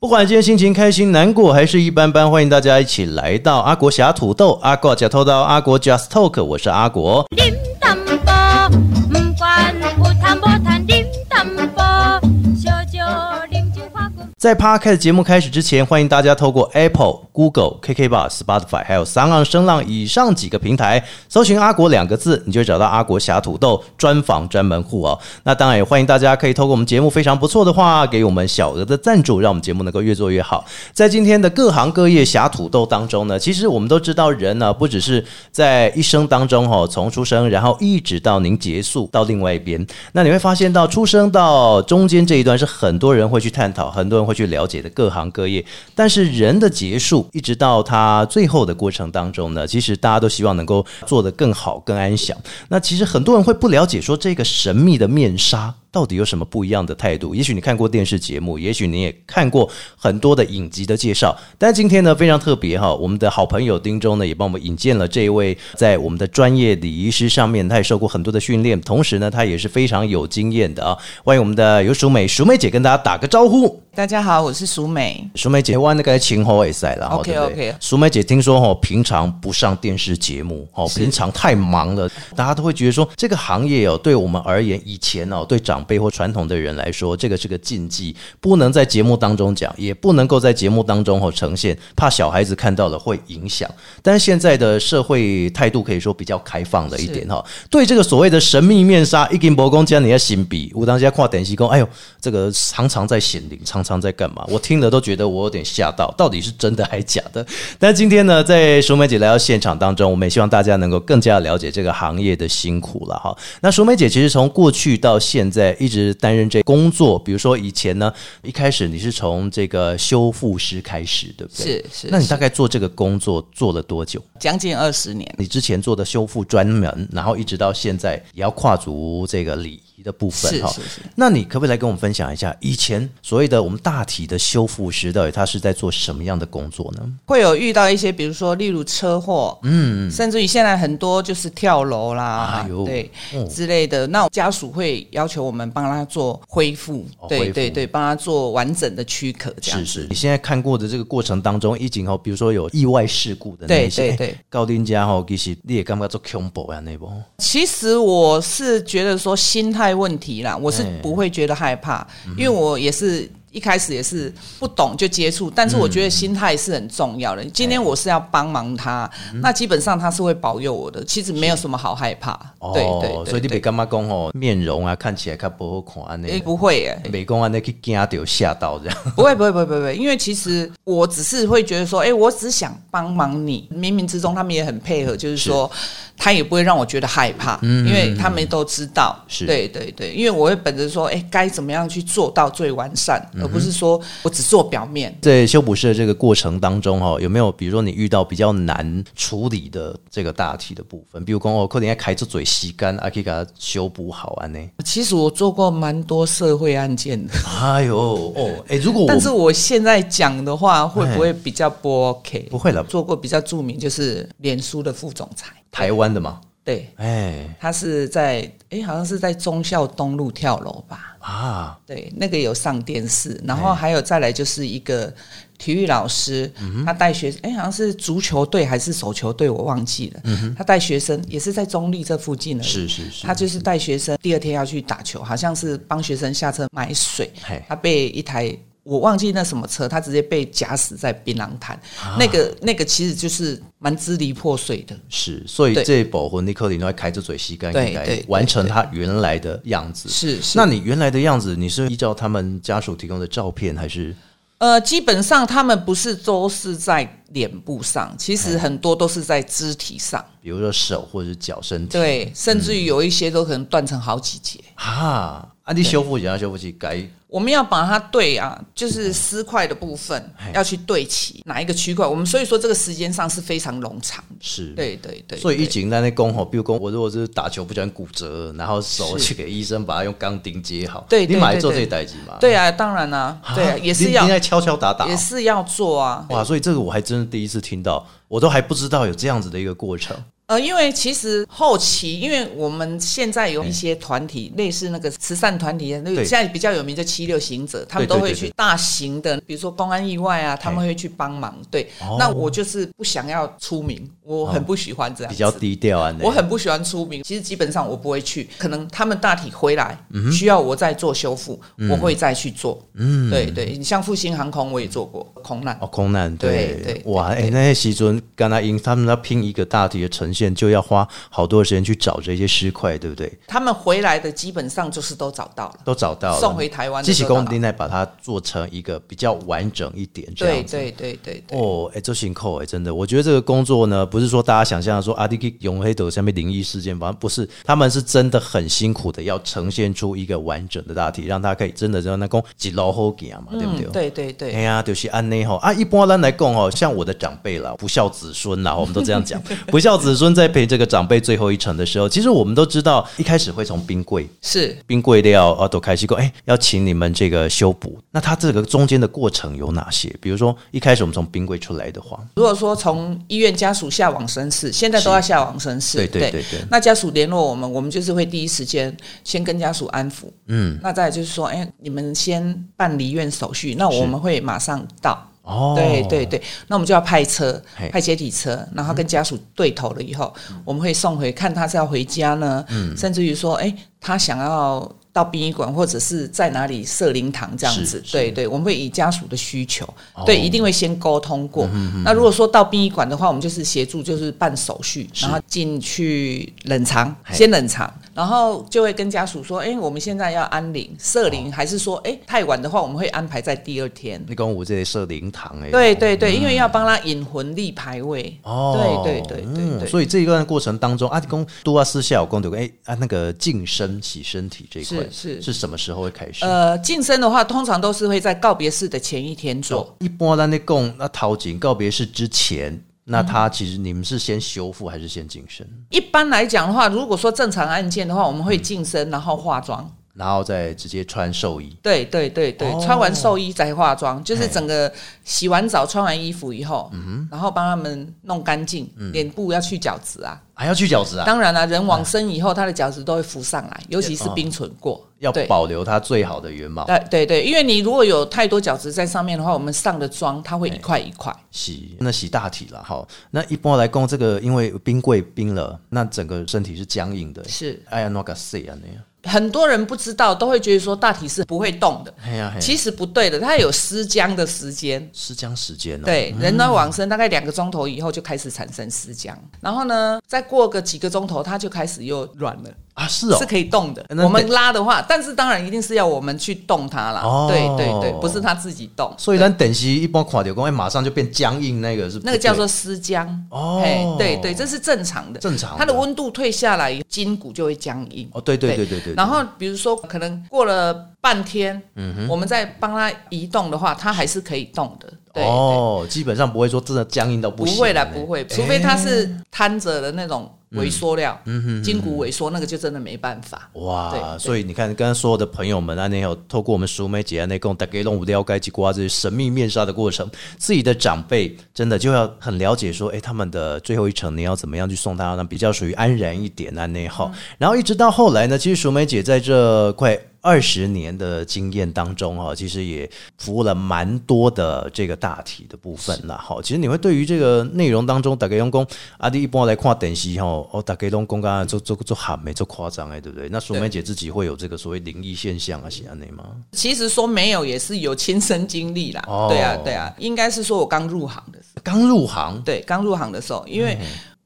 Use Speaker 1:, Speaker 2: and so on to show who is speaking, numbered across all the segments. Speaker 1: 不管今天心情开心、难过还是一般般，欢迎大家一起来到阿国侠土豆、阿国假偷刀、阿国 Just Talk，我是阿国。
Speaker 2: điểm tâm bò Ừm, quan u tham bò than điểm tâm bò cho cho điểm chữ hoa của
Speaker 1: 在 Podcast 节目开始之前，欢迎大家透过 Apple、Google、KKBox、Spotify 还有三浪声浪以上几个平台搜寻“阿国”两个字，你就会找到阿国侠土豆专访专门户哦。那当然也欢迎大家可以透过我们节目非常不错的话，给我们小额的赞助，让我们节目能够越做越好。在今天的各行各业侠土豆当中呢，其实我们都知道，人呢、不只是在一生当中哦，从出生然后一直到您结束到另外一边，那你会发现到出生到中间这一段是很多人会去探讨，很多人会去了解的各行各业。但是人的结束，一直到他最后的过程当中呢，其实大家都希望能够做得更好、更安详。那其实很多人会不了解说这个神秘的面纱。到底有什么不一样的态度？也许你看过电视节目，也许你也看过很多的影集的介绍，但今天呢非常特别哈，我们的好朋友丁中呢也帮我们引荐了这一位在我们的专业礼仪师上面，他也受过很多的训练，同时呢他也是非常有经验的啊。欢迎我们的尤淑美，淑美姐跟大家打个招呼。
Speaker 3: 大家好，我是淑美。
Speaker 1: 淑美姐，我那个情后也赛啦，吼
Speaker 3: OK，
Speaker 1: 对不对
Speaker 3: OK
Speaker 1: 淑美姐听说哦，平常不上电视节目哦，平常太忙了，大家都会觉得说这个行业哦，对我们而言，以前哦，对长辈或传统的人来说，这个是个禁忌，不能在节目当中讲，也不能够在节目当中哦呈现，怕小孩子看到了会影响。但是现在的社会态度可以说比较开放了一点哈，对这个所谓的神秘面纱，一根博公加你要心比，我当时看电视讲，哎呦，这个常常在显灵，常常在干嘛？我听了都觉得我有点吓到，到底是真的还假的？但今天呢，在淑美姐来到现场当中，我们也希望大家能够更加了解这个行业的辛苦了哈。那淑美姐其实从过去到现在一直担任这工作，比如说以前呢，一开始你是从这个修复师开始，对不对？
Speaker 3: 是是
Speaker 1: 那你
Speaker 3: 是
Speaker 1: 大概做这个工作做了多久？
Speaker 3: 将近二十年，
Speaker 1: 你之前做的修复专门，然后一直到现在也要跨足这个礼仪的部分
Speaker 3: 是
Speaker 1: 哈
Speaker 3: 是是。
Speaker 1: 那你可不可以来跟我们分享一下，以前所谓的我们大体的修复师到底他是在做什么样的工作呢？
Speaker 3: 会有遇到一些，比如说例如车祸，嗯，甚至于现在很多就是跳楼啦，
Speaker 1: 哎呦
Speaker 3: 对、
Speaker 1: 哦
Speaker 3: 之类的，那家属会要求我们帮他做恢复，
Speaker 1: 哦恢
Speaker 3: 对
Speaker 1: 复
Speaker 3: 对对，帮他做完整的躯壳这样
Speaker 1: 是
Speaker 3: 子。
Speaker 1: 是，你现在看过的这个过程当中，一景哦，比如说有意外事故的那
Speaker 3: 对
Speaker 1: 一些，
Speaker 3: 对对
Speaker 1: 哎高丁家哦，其实你也干嘛做 combo 啊那波？
Speaker 3: 其实我是觉得说心态问题啦，我是
Speaker 1: 哎嗯
Speaker 3: 不会觉得害怕，因为我也是一开始也是不懂就接触，但是我觉得心态是很重要的。
Speaker 1: 嗯
Speaker 3: 今天我是要帮忙他，那基本上他是会保佑我的，其实没有什么好害怕。对对
Speaker 1: 哦所以
Speaker 3: 对
Speaker 1: 你
Speaker 3: 对
Speaker 1: 别干嘛讲哦，面容啊看起来较不好看啊安
Speaker 3: 诶
Speaker 1: 尼，
Speaker 3: 哎不会耶、
Speaker 1: 美工安尼去惊到吓到这样。
Speaker 3: 不会，不会，不会，不会不会，因为其实我只是会觉得说，哎、我只想帮忙你。冥冥之中，他们也很配合，就是说，他也不会让我觉得害怕，因为他们都知道，
Speaker 1: 是
Speaker 3: 对对对。因为我会本着说，哎、该怎么样去做到最完善，而不是说我只做表面。
Speaker 1: 在修补师的这个过程当中，哈，有没有比如说你遇到比较难处理的这个大体的部分？比如讲哦，可能要开这嘴吸干，啊，可以给它修补好啊呢？
Speaker 3: 其实我做过蛮多社会案件的，
Speaker 1: 哎呦哦，哎、如果
Speaker 3: 但是
Speaker 1: 我
Speaker 3: 我现在讲的话，会不会比较不 OK？
Speaker 1: 不会了
Speaker 3: 做过比较著名就是脸书的副总裁，
Speaker 1: 台湾的嘛，
Speaker 3: 对，
Speaker 1: 哎、
Speaker 3: 他是在哎、好像是在忠孝东路跳楼吧。
Speaker 1: 啊，
Speaker 3: 对，那个有上电视，然
Speaker 1: 哎
Speaker 3: 后还有再来就是一个体育老师，
Speaker 1: 嗯
Speaker 3: 他带学，哎、好像是足球队还是手球队，我忘记了。他带学生也是在中立这附近的，
Speaker 1: 嗯是是是，
Speaker 3: 他就是带学生第二天要去打球，好像是帮学生下车买水
Speaker 1: 嘿，
Speaker 3: 他被一台。我忘记那什么车，他直接被夹死在槟榔摊。
Speaker 1: 啊
Speaker 3: 那个那个其实就是蛮支离破碎的。
Speaker 1: 是，所以
Speaker 3: 对
Speaker 1: 这一部分你可能要开这嘴吸干，
Speaker 3: 对
Speaker 1: 应
Speaker 3: 对
Speaker 1: 该
Speaker 3: 对
Speaker 1: 完成它原来的样子。
Speaker 3: 是是
Speaker 1: 那你原来的样子，你是依照他们家属提供的照片，还是
Speaker 3: 呃，基本上他们不是都是在脸部上，其
Speaker 1: 哎
Speaker 3: 实很多都是在肢体上。
Speaker 1: 比如说手或者是脚、身体？
Speaker 3: 对，甚至于有一些都可能断成好几节。
Speaker 1: 啊，啊，你修复一下，修复器改
Speaker 3: 我们要把它对啊，就是尸块的部分
Speaker 1: 嘿
Speaker 3: 要去对齐哪一个区块。我们所以说这个时间上是非常冗长的。
Speaker 1: 是
Speaker 3: 对对对，
Speaker 1: 所以
Speaker 3: 对
Speaker 1: 一警在那攻吼，比如讲我如果是打球不小心骨折，然后手
Speaker 3: 是
Speaker 1: 去给医生把它用钢钉接好，
Speaker 3: 对对
Speaker 1: 你买
Speaker 3: 对
Speaker 1: 做这
Speaker 3: 对
Speaker 1: 代级嘛？
Speaker 3: 对啊，当然啊，
Speaker 1: 啊，
Speaker 3: 对啊，也是
Speaker 1: 你
Speaker 3: 要
Speaker 1: 你在敲敲打打哦，
Speaker 3: 也是要做啊。
Speaker 1: 哇，所以这个我还真是第一次听到，我都还不知道有这样子的一个过程。
Speaker 3: 呃，因为其实后期，因为我们现在有一些团体，类似那个慈善团体，啊那个
Speaker 1: 哎对
Speaker 3: 现在比较有名的七六行者，他
Speaker 1: 对
Speaker 3: 们
Speaker 1: 对
Speaker 3: 都会
Speaker 1: 对
Speaker 3: 去
Speaker 1: 对
Speaker 3: 大型的，比如说公安意外啊，他们会去帮忙。对
Speaker 1: 哦，
Speaker 3: 那我就是不想要出名，我很不喜欢这样
Speaker 1: 比
Speaker 3: 子，
Speaker 1: 较低调啊，那
Speaker 3: 我很不喜欢出名，其实基本上我不会去，可能他们大体回来、
Speaker 1: 嗯
Speaker 3: 需要我再做修复，我会再去做。嗯，对对，你像复兴航空我也做过空难，
Speaker 1: 哦，空难
Speaker 3: 对对
Speaker 1: 哇，哎、
Speaker 3: 对
Speaker 1: 那些席尊跟他因他们要拼一个大体的呈现，就要花好多时间去找这些尸块，对不对？
Speaker 3: 他们回来的基本上就是都找到了，
Speaker 1: 都找到了，
Speaker 3: 送回台湾的
Speaker 1: 机器
Speaker 3: 都找
Speaker 1: 工
Speaker 3: 到
Speaker 1: 定再把它做成一个比较完整一点，这
Speaker 3: 对
Speaker 1: 样子。
Speaker 3: 对对对对，
Speaker 1: 哦，哎、这辛苦哎、真的。我觉得这个工作呢，不是说大家想象的说啊阿迪克永黑斗下面灵异事件，反正不是，他们是真的很辛苦的，要呈现出一个完整的大体，让大家可以真的让那讲几老好给嘛，对不对？
Speaker 3: 嗯，对对对
Speaker 1: 哎。呀，就是安内吼啊，一般咱来讲吼，像我的长辈啦，不孝子孙啦，我们都这样 讲，不孝子孙在陪这个长辈最后一程的时候，其实我们都知道，一开始会从冰柜。
Speaker 3: 是
Speaker 1: 冰柜料啊，都开始过，哎、要请你们这个修补。那它这个中间的过程有哪些？比如说一开始我们从冰柜出来的话，
Speaker 3: 如果说从医院家属下往生室，现在都要下往生室，
Speaker 1: 对对对对
Speaker 3: 那家属联络我们，我们就是会第一时间先跟家属安抚，嗯，那再来就是说，哎、你们先办离院手续，那我们会马上到。
Speaker 1: 哦，
Speaker 3: 对对，对，那我们就要派车
Speaker 1: 嘿，
Speaker 3: 派接体车，然后跟家属对头了以后，我们会送回，看他是要回家呢，甚至于说，哎、他想要到殡仪馆或者是在哪里设灵堂这样
Speaker 1: 是
Speaker 3: 子，
Speaker 1: 是
Speaker 3: 对对，我们会以家属的需求，对，一定会先沟通过。那如果说到殡仪馆的话，我们就是协助，就是办手续，然后进去冷藏，
Speaker 1: 嘿
Speaker 3: 先冷藏。然后就会跟家属说，哎、我们现在要安灵、设灵，还是说，哎、太晚的话，我们会安排在第二天。
Speaker 1: 你讲我这里设灵堂哎、
Speaker 3: 对对对，因为要帮他引魂立牌位。
Speaker 1: 哦，
Speaker 3: 对对对对
Speaker 1: 嗯
Speaker 3: 对。
Speaker 1: 所以这一段过程当中，阿公都要私下有公主哎啊那个净身洗身体这一块
Speaker 3: 是是
Speaker 1: 是什么时候会开始？
Speaker 3: 呃，晋升的话，通常都是会在告别式的前一天
Speaker 1: 哦
Speaker 3: 做。
Speaker 1: 一般咱咧讲，那陶景告别式之前，那
Speaker 3: 嗯
Speaker 1: 他其实你们是先修复还是先净身，
Speaker 3: 一般来讲的话，如果说正常案件的话，我们会晋升，然后化妆。
Speaker 1: 然后再直接穿寿衣？
Speaker 3: 对对对对，
Speaker 1: 哦
Speaker 3: 穿完寿衣再化妆，就是
Speaker 1: 嘿
Speaker 3: 整个洗完澡、穿完衣服以后，
Speaker 1: 嗯
Speaker 3: 然后帮他们弄干净，脸部要去角质啊。
Speaker 1: 还要去角质嗯啊？
Speaker 3: 当然了、人往生以后，他的角质都会浮上来，尤其是
Speaker 1: 哦
Speaker 3: 冰存过，
Speaker 1: 要
Speaker 3: 对
Speaker 1: 保留它最好的原貌。
Speaker 3: 对对对，因为你如果有太多角质在上面的话，我们上的妆它会一块一块。
Speaker 1: 洗那洗大体了哈，那一般来讲，这个因为冰柜冰了，那整个身体是僵硬的。
Speaker 3: 是
Speaker 1: 哎呀，那个谁啊那样？
Speaker 3: 很多人不知道，都会觉得说大体是不会动的，
Speaker 1: 哎呀，
Speaker 3: 其
Speaker 1: 实
Speaker 3: 实不对的，它有尸僵的时间。
Speaker 1: 是僵时间哦。
Speaker 3: 对，人到往生大概两个钟头以后就开始产生尸僵，然后呢，再过个几个钟头，它就开始又软了，
Speaker 1: 啊，是哦
Speaker 3: 是，可以动的。
Speaker 1: 那
Speaker 3: 我们拉的话，但是当然一定是要我们去动它啦。
Speaker 1: 哦
Speaker 3: 对对对，不是它自己动，
Speaker 1: 所以咱等时一般垮掉工，哎，马上就变僵硬，那个是不
Speaker 3: 那个叫
Speaker 1: 对
Speaker 3: 做尸僵。
Speaker 1: 哦
Speaker 3: 嘿对对，这是正常的。
Speaker 1: 正常的
Speaker 3: 它的温度退下来，筋骨就会僵硬。
Speaker 1: 哦，对对对对对。嗯
Speaker 3: 然后比如说，可能过了半天，我们再帮它移动的话，它还是可以动的。对，
Speaker 1: 哦，基本上不会说真的僵硬到
Speaker 3: 对
Speaker 1: 不
Speaker 3: 不
Speaker 1: 行，
Speaker 3: 会啦，
Speaker 1: 哎
Speaker 3: 不会，除非它是摊着的那种萎缩料，
Speaker 1: 嗯
Speaker 3: 筋骨萎缩，那个就真的没办法。对
Speaker 1: 哇，
Speaker 3: 对
Speaker 1: 所以你看，刚刚所有的朋友们啊，那有透过我们淑梅姐啊，那跟大家弄了解几瓜这些神秘面纱的过程，自己的长辈真的就要很了解说，哎，他们的最后一程你要怎么样去送他，那比较属于安然一点啊，那好。
Speaker 3: 嗯
Speaker 1: 然后一直到后来呢，其实淑梅姐在这快。二十年的经验当中，哈，其实也服务了蛮多的这个大体的部分啦。好，其实你会对于这个内容当中，大家用工啊，你一般来看电视吼，哦，大家用工刚做做做喊没做夸张哎，对不对？那淑梅姐自己会有这个所谓灵异现象啊，喜欢内吗？
Speaker 3: 其实说没有也是有亲身经历啦。
Speaker 1: 哦
Speaker 3: 对啊，对啊，应该是说我刚入行的时候，
Speaker 1: 刚入行，
Speaker 3: 对，刚入行的时候，因为。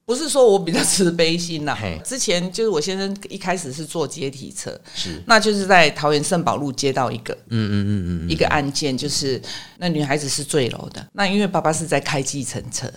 Speaker 3: 不是说我比较慈悲心啦
Speaker 1: 嗯嘿，
Speaker 3: 之前就是我先生一开始是坐阶梯车，
Speaker 1: 是，
Speaker 3: 那就是在桃园圣保路接到一个，
Speaker 1: 嗯嗯嗯嗯
Speaker 3: 一个案件，就是那女孩子是坠楼的。那因为爸爸是在开计程车，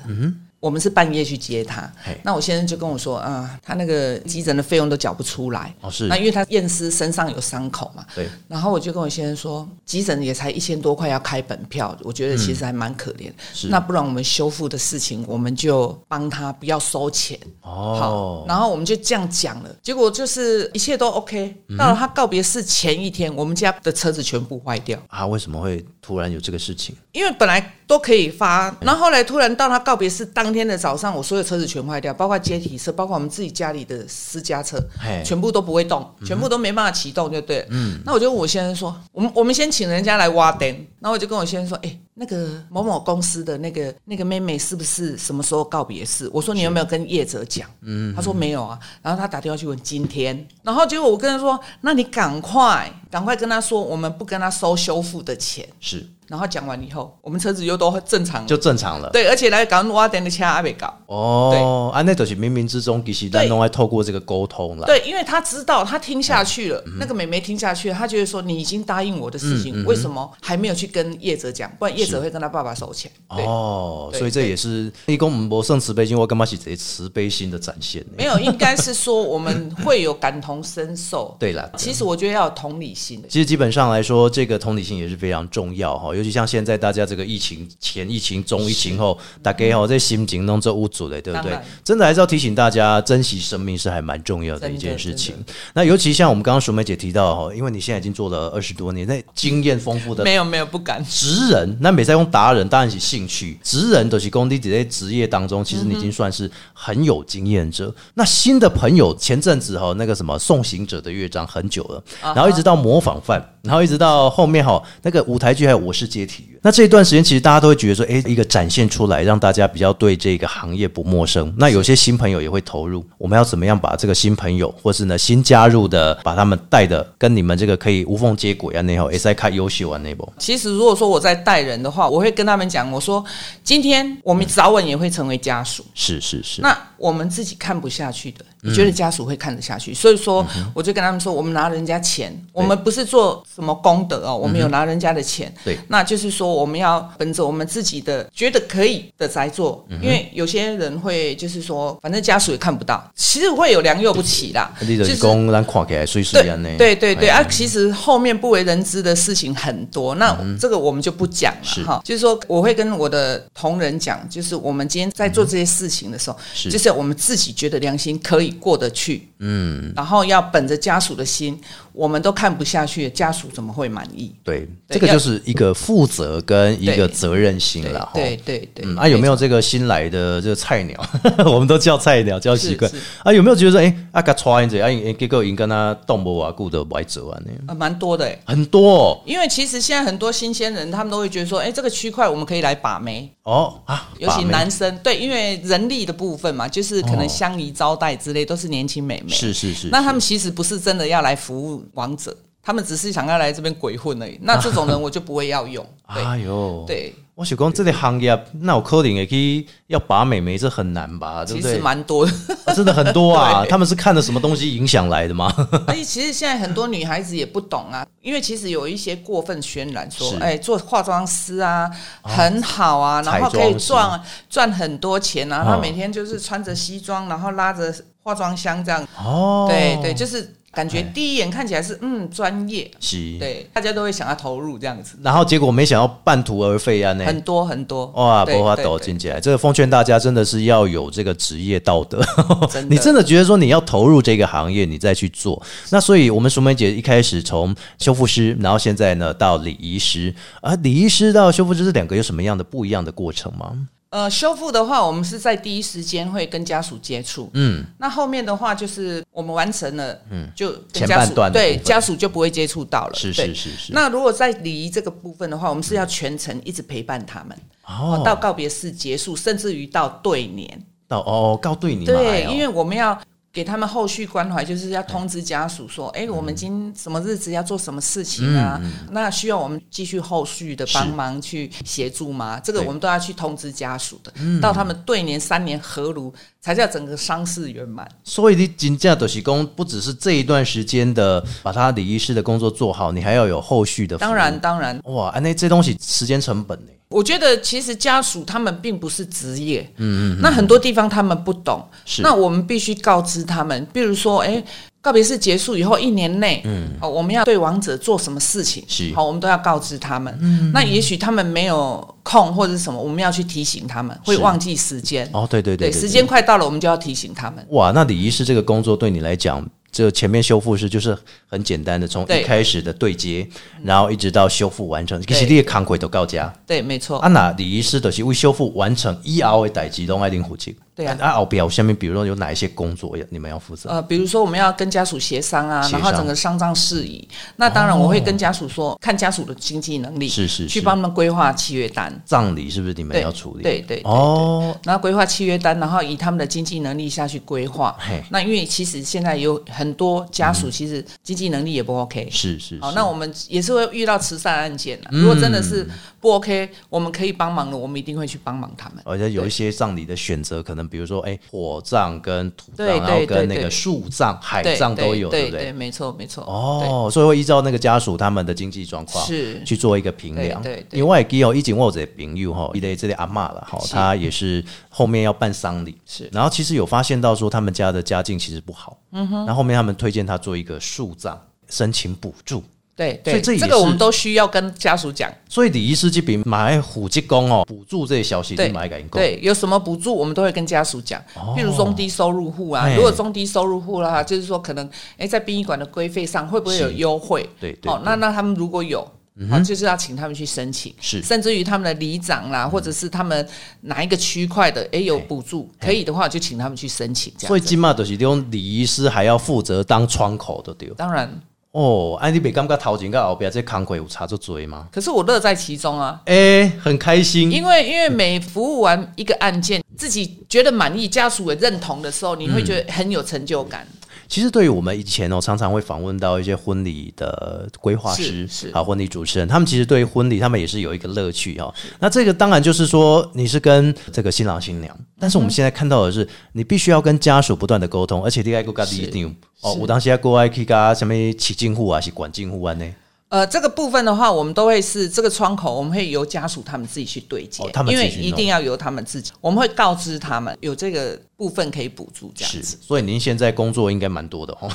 Speaker 3: 我们是半夜去接她
Speaker 1: 嗯嘿。
Speaker 3: 那我先生就跟我说啊，他那个急诊的费用都缴不出来。
Speaker 1: 哦是
Speaker 3: 那因为他验尸身上有伤口嘛，
Speaker 1: 对。
Speaker 3: 然后我就跟我先生说，急诊也才一千多块要开本票，我觉得其实还蛮可怜。
Speaker 1: 嗯是
Speaker 3: 那不然我们修复的事情，我们就帮他不要收钱。好
Speaker 1: 哦，，
Speaker 3: 然后我们就这样讲了，结果就是一切都 OK。到
Speaker 1: 嗯
Speaker 3: 了他告别式前一天，我们家的车子全部坏掉，
Speaker 1: 啊，为什么会突然有这个事情？
Speaker 3: 因为本来都可以发，然后后来突然到他告别式当天的早上，我所有车子全坏掉，包括阶梯车，包括我们自己家里的私家车
Speaker 1: 嘿，
Speaker 3: 全部都不会动，全部都没办法启动，就对了。嗯，那我就问我先生说，我们我们先请人家来挖灯，然后我就跟我先生说，哎、那个某某公司的那个那个妹妹是不是什么时候告别式？我说你有没有跟业者讲？嗯，他说没有啊，然后他打电话去问今天，然后结果我跟他说，那你赶快赶快跟他说，我们不跟他收修复的钱。
Speaker 1: 是
Speaker 3: 然后讲完以后，我们车子又都正常，
Speaker 1: 就正常了。
Speaker 3: 对，而且来搞挖点的车还没搞。
Speaker 1: 哦，啊，那就是冥冥之中其实咱
Speaker 3: 对
Speaker 1: 拢爱透过这个沟通啦。
Speaker 3: 对，因为他知道他听下去了，
Speaker 1: 嗯
Speaker 3: 那个美眉听下去了，她觉得说你已经答应我的事情，为什么还没有去跟业者讲？不然业者会跟他爸爸收钱。对，
Speaker 1: 哦，
Speaker 3: 对
Speaker 1: 所以这
Speaker 3: 对
Speaker 1: 也是立功母博圣慈悲心，我干嘛是这慈悲心的展现呢？
Speaker 3: 没有，应该是说我们会有感同身受。
Speaker 1: 对啦，
Speaker 3: 其实我觉得要有同理心。
Speaker 1: 其实基本上来说，这个同理心也是非常重要哦哈，尤其像现在大家这个疫情前、疫情中、疫情后，大家哦这心情弄这屋主嘞，对不
Speaker 3: 当
Speaker 1: 对
Speaker 3: 然？
Speaker 1: 真的还是要提醒大家，珍惜生命是还蛮重要的一件事情。那尤其像我们刚刚淑梅姐提到哦哈，因为你现在已经做了二十多年，那经验丰富的
Speaker 3: 没有没有不敢。
Speaker 1: 职人，那每在用达人当然是兴趣。职人都是工地这些职业当中，其实你已经算是很有经验者。那新的朋友前阵子哈，那个什么《送行者的乐章》很久了，然后一直到模仿犯，然后一直到后面哈那个舞台剧还有我是接体员。那这一段时间，其实大家都会觉得说，哎、一个展现出来，让大家比较对这个行业不陌生。那有些新朋友也会投入，我们要怎么样把这个新朋友或是呢新加入的，把他们带的跟你们这个可以无缝接轨啊，那吼 S I 卡优秀啊那不？
Speaker 3: 其实如果说我在带人的话，我会跟他们讲，我说今天我们早晚也会成为家属。
Speaker 1: 是是是。
Speaker 3: 那我们自己看不下去的，你觉得家属会看得下去？
Speaker 1: 嗯
Speaker 3: 所以说，我就跟他们说，我们拿人家钱，我们不是做什么功德哦，我们有拿人家的钱，
Speaker 1: 对
Speaker 3: 那就是说我们要本着我们自己的觉得可以的来做，
Speaker 1: 嗯
Speaker 3: 因为有些人会就是说，反正家属也看不到，其实会有良莠不齐啦，
Speaker 1: 你就是
Speaker 3: 是。
Speaker 1: 讲咱看起来水水安呢？
Speaker 3: 对对对对
Speaker 1: 哎嗯
Speaker 3: 啊！其实后面不为人知的事情很多，那这个我们就不讲
Speaker 1: 是
Speaker 3: 了哈。就是说，我会跟我的同仁讲，就是我们今天在
Speaker 1: 嗯
Speaker 3: 做这些事情的时候，
Speaker 1: 是
Speaker 3: 就是我们自己觉得良心可以过得去，嗯，然后要本着家属的心，我们都看不下去，家属怎么会满意？
Speaker 1: 对，
Speaker 3: 对
Speaker 1: 这个
Speaker 3: 要
Speaker 1: 就是一个负责跟一个
Speaker 3: 对
Speaker 1: 责任心
Speaker 3: 对
Speaker 1: 了哈。
Speaker 3: 对对对，
Speaker 1: 嗯，啊，有没
Speaker 3: 有？
Speaker 1: 有这个新来的这个菜鸟？ 我们都叫菜鸟，叫习惯
Speaker 3: 是是
Speaker 1: 啊。有没有觉得说，哎、啊，他穿一下，啊，因结果因跟他动不瓦顾的歪折完呢？
Speaker 3: 呃，蛮多的欸
Speaker 1: 很多哦
Speaker 3: 因为其实现在很多新鲜人，他们都会觉得说，哎，这个区块我们可以来把妹，
Speaker 1: 哦哦啊，
Speaker 3: 尤其
Speaker 1: 把妹
Speaker 3: 男生，对，因为人力的部分嘛，就是可
Speaker 1: 哦
Speaker 3: 能相宜招待之类，都是年轻美眉。
Speaker 1: 是是是，
Speaker 3: 那他
Speaker 1: 是
Speaker 3: 们其实不是真的要来服务王者，他们只是想要来这边鬼混而已。那这种人我就不会 要用，
Speaker 1: 哎呦，
Speaker 3: 对，对，
Speaker 1: 我想讲这个行业，那有可能也可以要把美眉，这很难吧？对
Speaker 3: 其
Speaker 1: 不
Speaker 3: 实
Speaker 1: 对？
Speaker 3: 蛮多的。
Speaker 1: 啊真的很多啊，
Speaker 3: 对
Speaker 1: 他们是看了什么东西影响来的吗？
Speaker 3: 而且其实现在很多女孩子也不懂啊，因为其实有一些过分渲染说
Speaker 1: 是，哦
Speaker 3: 哎、做化妆师啊很好啊，然后可以
Speaker 1: 彩妆师
Speaker 3: 赚赚很多钱啊，
Speaker 1: 哦
Speaker 3: 她每天就是穿着西装，然后拉着化妆箱这样，
Speaker 1: 哦，
Speaker 3: 对对，就是感觉
Speaker 1: 哎
Speaker 3: 第一眼看起来是嗯专业，
Speaker 1: 是，
Speaker 3: 对，大家都会想要投入这样子，
Speaker 1: 然后结果没想到半途而废啊！呢，
Speaker 3: 很多很多
Speaker 1: 哇，
Speaker 3: 对
Speaker 1: 不法
Speaker 3: 对
Speaker 1: 抖
Speaker 3: 对
Speaker 1: 进起来。啊这个奉劝大家，真的是要有这个职业道德。
Speaker 3: 真的
Speaker 1: 你真的觉得说你要投入这个行业，你再去做。那所以，我们淑梅姐一开始从修复师，然后现在呢到礼仪师，啊，礼仪师到修复师这两个有什么样的不一样的过程吗？
Speaker 3: 呃，修复的话，我们是在第一时间会跟家属接触。
Speaker 1: 嗯，
Speaker 3: 那后面的话就是我们完成了，嗯，就
Speaker 1: 前
Speaker 3: 跟家
Speaker 1: 半
Speaker 3: 属
Speaker 1: 段的
Speaker 3: 对
Speaker 1: 部分
Speaker 3: 家属就不会接触到了。
Speaker 1: 是
Speaker 3: 对
Speaker 1: 是是是。
Speaker 3: 那如果在礼仪这个部分的话，我们是要全程一直陪伴他们，
Speaker 1: 哦，
Speaker 3: 到告别式结束，甚至于到对年。
Speaker 1: 到哦，告对你嘛，哎
Speaker 3: 对，
Speaker 1: 呦
Speaker 3: 因为我们要给他们后续关怀，就是要通知家属说，
Speaker 1: 嗯
Speaker 3: 哎、我们今什么日子要做什么事情啊？那需要我们继续后续的帮忙去协助吗？这个
Speaker 1: 对嗯
Speaker 3: 我们都要去通知家属的，到他们对年三年合炉，才叫整个丧事圆满。
Speaker 1: 所以你金价的是工，不只是这一段时间的把他礼仪师的工作做好，你还要有后续的服务。
Speaker 3: 当然，当然，
Speaker 1: 哇，啊那这东西时间成本呢？
Speaker 3: 我觉得其实家属他们并不是职业，嗯嗯，那很多地方他们不懂，
Speaker 1: 是
Speaker 3: 那我们必须告知他们，比如说，哎、告别式结束以后一年内，嗯，哦，我们要对亡者做什么事情，
Speaker 1: 是
Speaker 3: 好、我们都要告知他们。嗯，那也许他们没有空或者是什么，我们要去提醒他们，会
Speaker 1: 是
Speaker 3: 忘记时间，
Speaker 1: 哦，对对
Speaker 3: 对，
Speaker 1: 对，
Speaker 3: 时间快到了，我们就要提醒他们。
Speaker 1: 哇，那礼仪师这个工作对你来讲，就前面修复是就是很简单的，从一
Speaker 3: 对嗯
Speaker 1: 开始的对接，然后一直到修复完成，其实
Speaker 3: 对哦
Speaker 1: 你的工课都到家。
Speaker 3: 对，没错。
Speaker 1: 啊，那李医师就是为修复完成以后的代志拢爱恁负责。
Speaker 3: 对啊
Speaker 1: 啊后边有下面比如说有哪一些工作你们要负责？
Speaker 3: 呃，比如说我们要跟家属协商哦啊，
Speaker 1: 协商
Speaker 3: 然后整个丧葬事宜。那当然我会跟家属说，看家属的经济能力，
Speaker 1: 是是
Speaker 3: 去
Speaker 1: 是
Speaker 3: 帮他们规划契约单。
Speaker 1: 葬礼是不是你们
Speaker 3: 对
Speaker 1: 要处理？
Speaker 3: 对对对
Speaker 1: 哦，
Speaker 3: 然后规划契约单，然后以他们的经济能力下去规划
Speaker 1: 嘿。
Speaker 3: 那因为其实现在有很多家属其实经济能力也不 OK。
Speaker 1: 嗯是是。嗯
Speaker 3: 好，
Speaker 1: 是
Speaker 3: 那我们也是会遇到慈善案件啊如果真的是不 OK，我们可以帮忙的，我们一定会去帮忙他们。
Speaker 1: 而且有一些葬礼的选择，可能比如说，哎、火葬跟土葬，
Speaker 3: 对
Speaker 1: 然后
Speaker 3: 对
Speaker 1: 跟
Speaker 3: 对
Speaker 1: 那个
Speaker 3: 对
Speaker 1: 树葬、海
Speaker 3: 对
Speaker 1: 葬都
Speaker 3: 对
Speaker 1: 有，
Speaker 3: 对
Speaker 1: 不对？
Speaker 3: 没错没错。对，
Speaker 1: 哦，所以会依照那个家属他们的经济状况
Speaker 3: 是
Speaker 1: 去做一个评量。
Speaker 3: 对对对
Speaker 1: 因为我也记得哦，以前我有一个朋友哈，一类这类阿嬷了哈，
Speaker 3: 是
Speaker 1: 她也是后面要办丧礼，
Speaker 3: 是
Speaker 1: 然后其实有发现到说他们家的家境其实不好，嗯哼，然后后面他们推荐他做一个树葬，申请补助。
Speaker 3: 对
Speaker 1: 所以
Speaker 3: 对，
Speaker 1: 这也
Speaker 3: 这个我们
Speaker 1: 是
Speaker 3: 都需要跟家属讲。
Speaker 1: 所以李医师这边买虎职工哦，补助这些消息
Speaker 3: 对
Speaker 1: 立马给你讲，
Speaker 3: 对，有什么补助，我们都会跟家属讲。譬如中低收入户啊
Speaker 1: 哦嘿，
Speaker 3: 如果中低收入户的话，就是说可能哎，在殡仪馆的规费上会不会有
Speaker 1: 是
Speaker 3: 优惠？
Speaker 1: 对对
Speaker 3: 哦，
Speaker 1: 对嗯
Speaker 3: 那那他们如果有。好，就是要请他们去申请，
Speaker 1: 是
Speaker 3: 甚至于他们的里长啦，或者是他们哪一个区块的，哎，有
Speaker 1: 嘿
Speaker 3: 补助，
Speaker 1: 嘿
Speaker 3: 可以的话就请他们去申请，这
Speaker 1: 嗯所以
Speaker 3: 样子。
Speaker 1: 今嘛就是用李医师还要负责当窗口的对了。
Speaker 3: 当然，
Speaker 1: 哦，安、啊、你别感觉头前跟后边这工课有差足多吗？
Speaker 3: 可是我乐在其中啊，
Speaker 1: 诶、很开心。
Speaker 3: 因为因为每服务完一个案件，自己觉得满意，家属也认同的时候，你会
Speaker 1: 嗯
Speaker 3: 觉得很有成就感。
Speaker 1: 其实对于我们以前哦，常常会访问到一些婚礼的规划师
Speaker 3: 是是
Speaker 1: 啊，婚礼主持人，他们其实对于婚礼他们也是有一个乐趣哦。那这个当然就是说你是跟这个新郎新娘，但是我们现在看到的是，你必须要跟家属不断的沟通，而且你爱个跟
Speaker 3: 是
Speaker 1: 里长哦，
Speaker 3: 是
Speaker 1: 有当时要过爱去跟什么起进户啊，是管进户啊呢？
Speaker 3: 呃，这个部分的话，我们都会是这个窗口，我们会由家属他们自己去对接，
Speaker 1: 哦他们
Speaker 3: 因为
Speaker 1: 自己去弄
Speaker 3: 一定要由他们自己，我们会告知他们有这个部分可以补助这
Speaker 1: 是，
Speaker 3: 样子。
Speaker 1: 所以您现在工作应该蛮多的哦。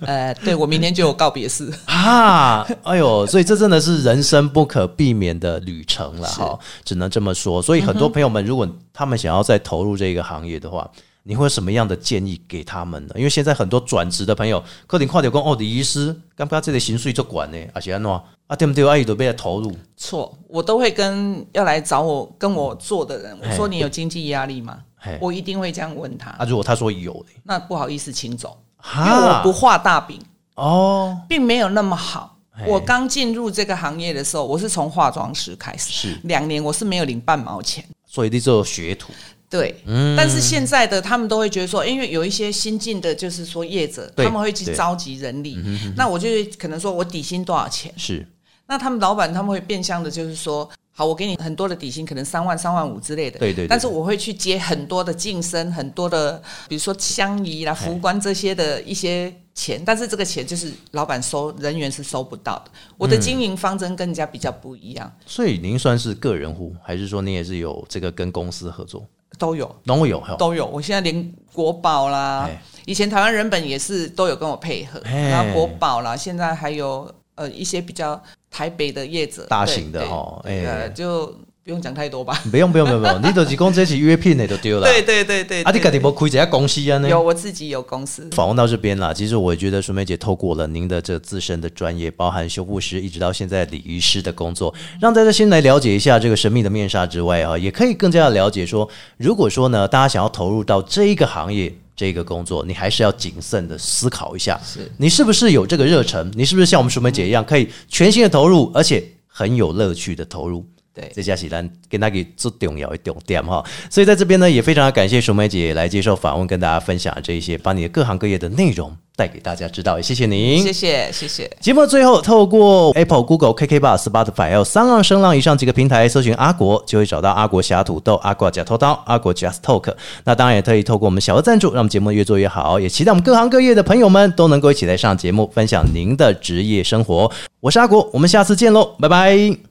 Speaker 3: 呃，对我明天就有告别式，
Speaker 1: 啊，哎呦，所以这真的是人生不可避免的旅程了哈，只能这么说。所以很多朋友们，如果他们想要再投入这个行业的话，你会有什么样的建议给他们呢？因为现在很多转职的朋友，可能看到讲哦，李医师，刚刚这个薪水就管呢，而且安怎啊，对不对？阿姨准备来投入，
Speaker 3: 错，我都会跟要来找我跟我做的人，我说
Speaker 1: 嘿
Speaker 3: 你有经济压力吗
Speaker 1: 嘿？
Speaker 3: 我一定会这样问他。
Speaker 1: 啊，如啊果他说有嘞，
Speaker 3: 那不好意思，请走，因为我
Speaker 1: 哈
Speaker 3: 不画大饼，
Speaker 1: 哦，
Speaker 3: 并没有那么好
Speaker 1: 嘿。
Speaker 3: 我刚进入这个行业的时候，我是从化妆师开始，
Speaker 1: 是
Speaker 3: 两年我是没有领半毛钱。
Speaker 1: 所以你做学徒，
Speaker 3: 对，
Speaker 1: 嗯
Speaker 3: 但是现在的他们都会觉得说，因为有一些新进的，就是说业者，
Speaker 1: 对
Speaker 3: 他们会去
Speaker 1: 对嗯
Speaker 3: 召集人力。那我就可能说我底薪多少钱？
Speaker 1: 是
Speaker 3: 那他们老板他们会变相的，就是说，好，我给你很多的底薪，可能三万、三万五之类的。
Speaker 1: 对对对
Speaker 3: 但是我会去接很多的晋升，很多的，比如说相宜啦、
Speaker 1: 嘿
Speaker 3: 服官这些的一些钱，但是这个钱就是老板收，人员是收不到的。我
Speaker 1: 嗯
Speaker 3: 的经营方针跟人家比较不一样，
Speaker 1: 所以您算是个人户，还是说你也是有这个跟公司合作？
Speaker 3: 都有。
Speaker 1: 都有哈，
Speaker 3: 都有。我现在连国宝啦
Speaker 1: 哎，
Speaker 3: 以前台湾人本也是都有跟我配合，
Speaker 1: 哎
Speaker 3: 然后国宝啦，现在还有呃一些比较台北的业者，
Speaker 1: 大型的
Speaker 3: 对对
Speaker 1: 哦
Speaker 3: 对
Speaker 1: 哎
Speaker 3: 呃，就不用讲太多吧。
Speaker 1: 不用不用不用不 用，你就是讲这是约聘的就对了。
Speaker 3: 对对对对，
Speaker 1: 啊，你
Speaker 3: 对
Speaker 1: 家己无开一家公司啊呢？
Speaker 3: 有我自己有公司，
Speaker 1: 访问到这边啦，其实我觉得淑梅姐透过了您的这自身的专业，包含修复师一直到现在礼仪师的工作，让大家先来了解一下这个神秘的面纱之外啊，也可以更加的了解说，如果说呢，大家想要投入到这一个行业。这个工作，你还是要谨慎的思考一下，
Speaker 3: 是
Speaker 1: 你是不是有这个热忱？你是不是像我们淑梅姐一样，可以全心的投入，而且很有乐趣的投入？
Speaker 3: 对。
Speaker 1: 这家是咱跟大家做重要一重点哈。所以在这边呢，也非常感谢淑梅姐来接受访问，跟大家分享这一些，把你的各行各业的内容带给大家知道。也谢谢您，
Speaker 3: 谢谢谢谢，
Speaker 1: 节目的最后，透过 Apple、Google、KK Bar、Spotify 还有三浪声浪以上几个平台搜寻阿国，就会找到阿国侠土豆、阿国假偷刀、阿国 Just Talk。那当然也可以透过我们小额赞助，让我们节目越做越好。也期待我们各行各业的朋友们都能够一起来上节目，分享您的职业生活。我是阿国，我们下次见喽，拜拜。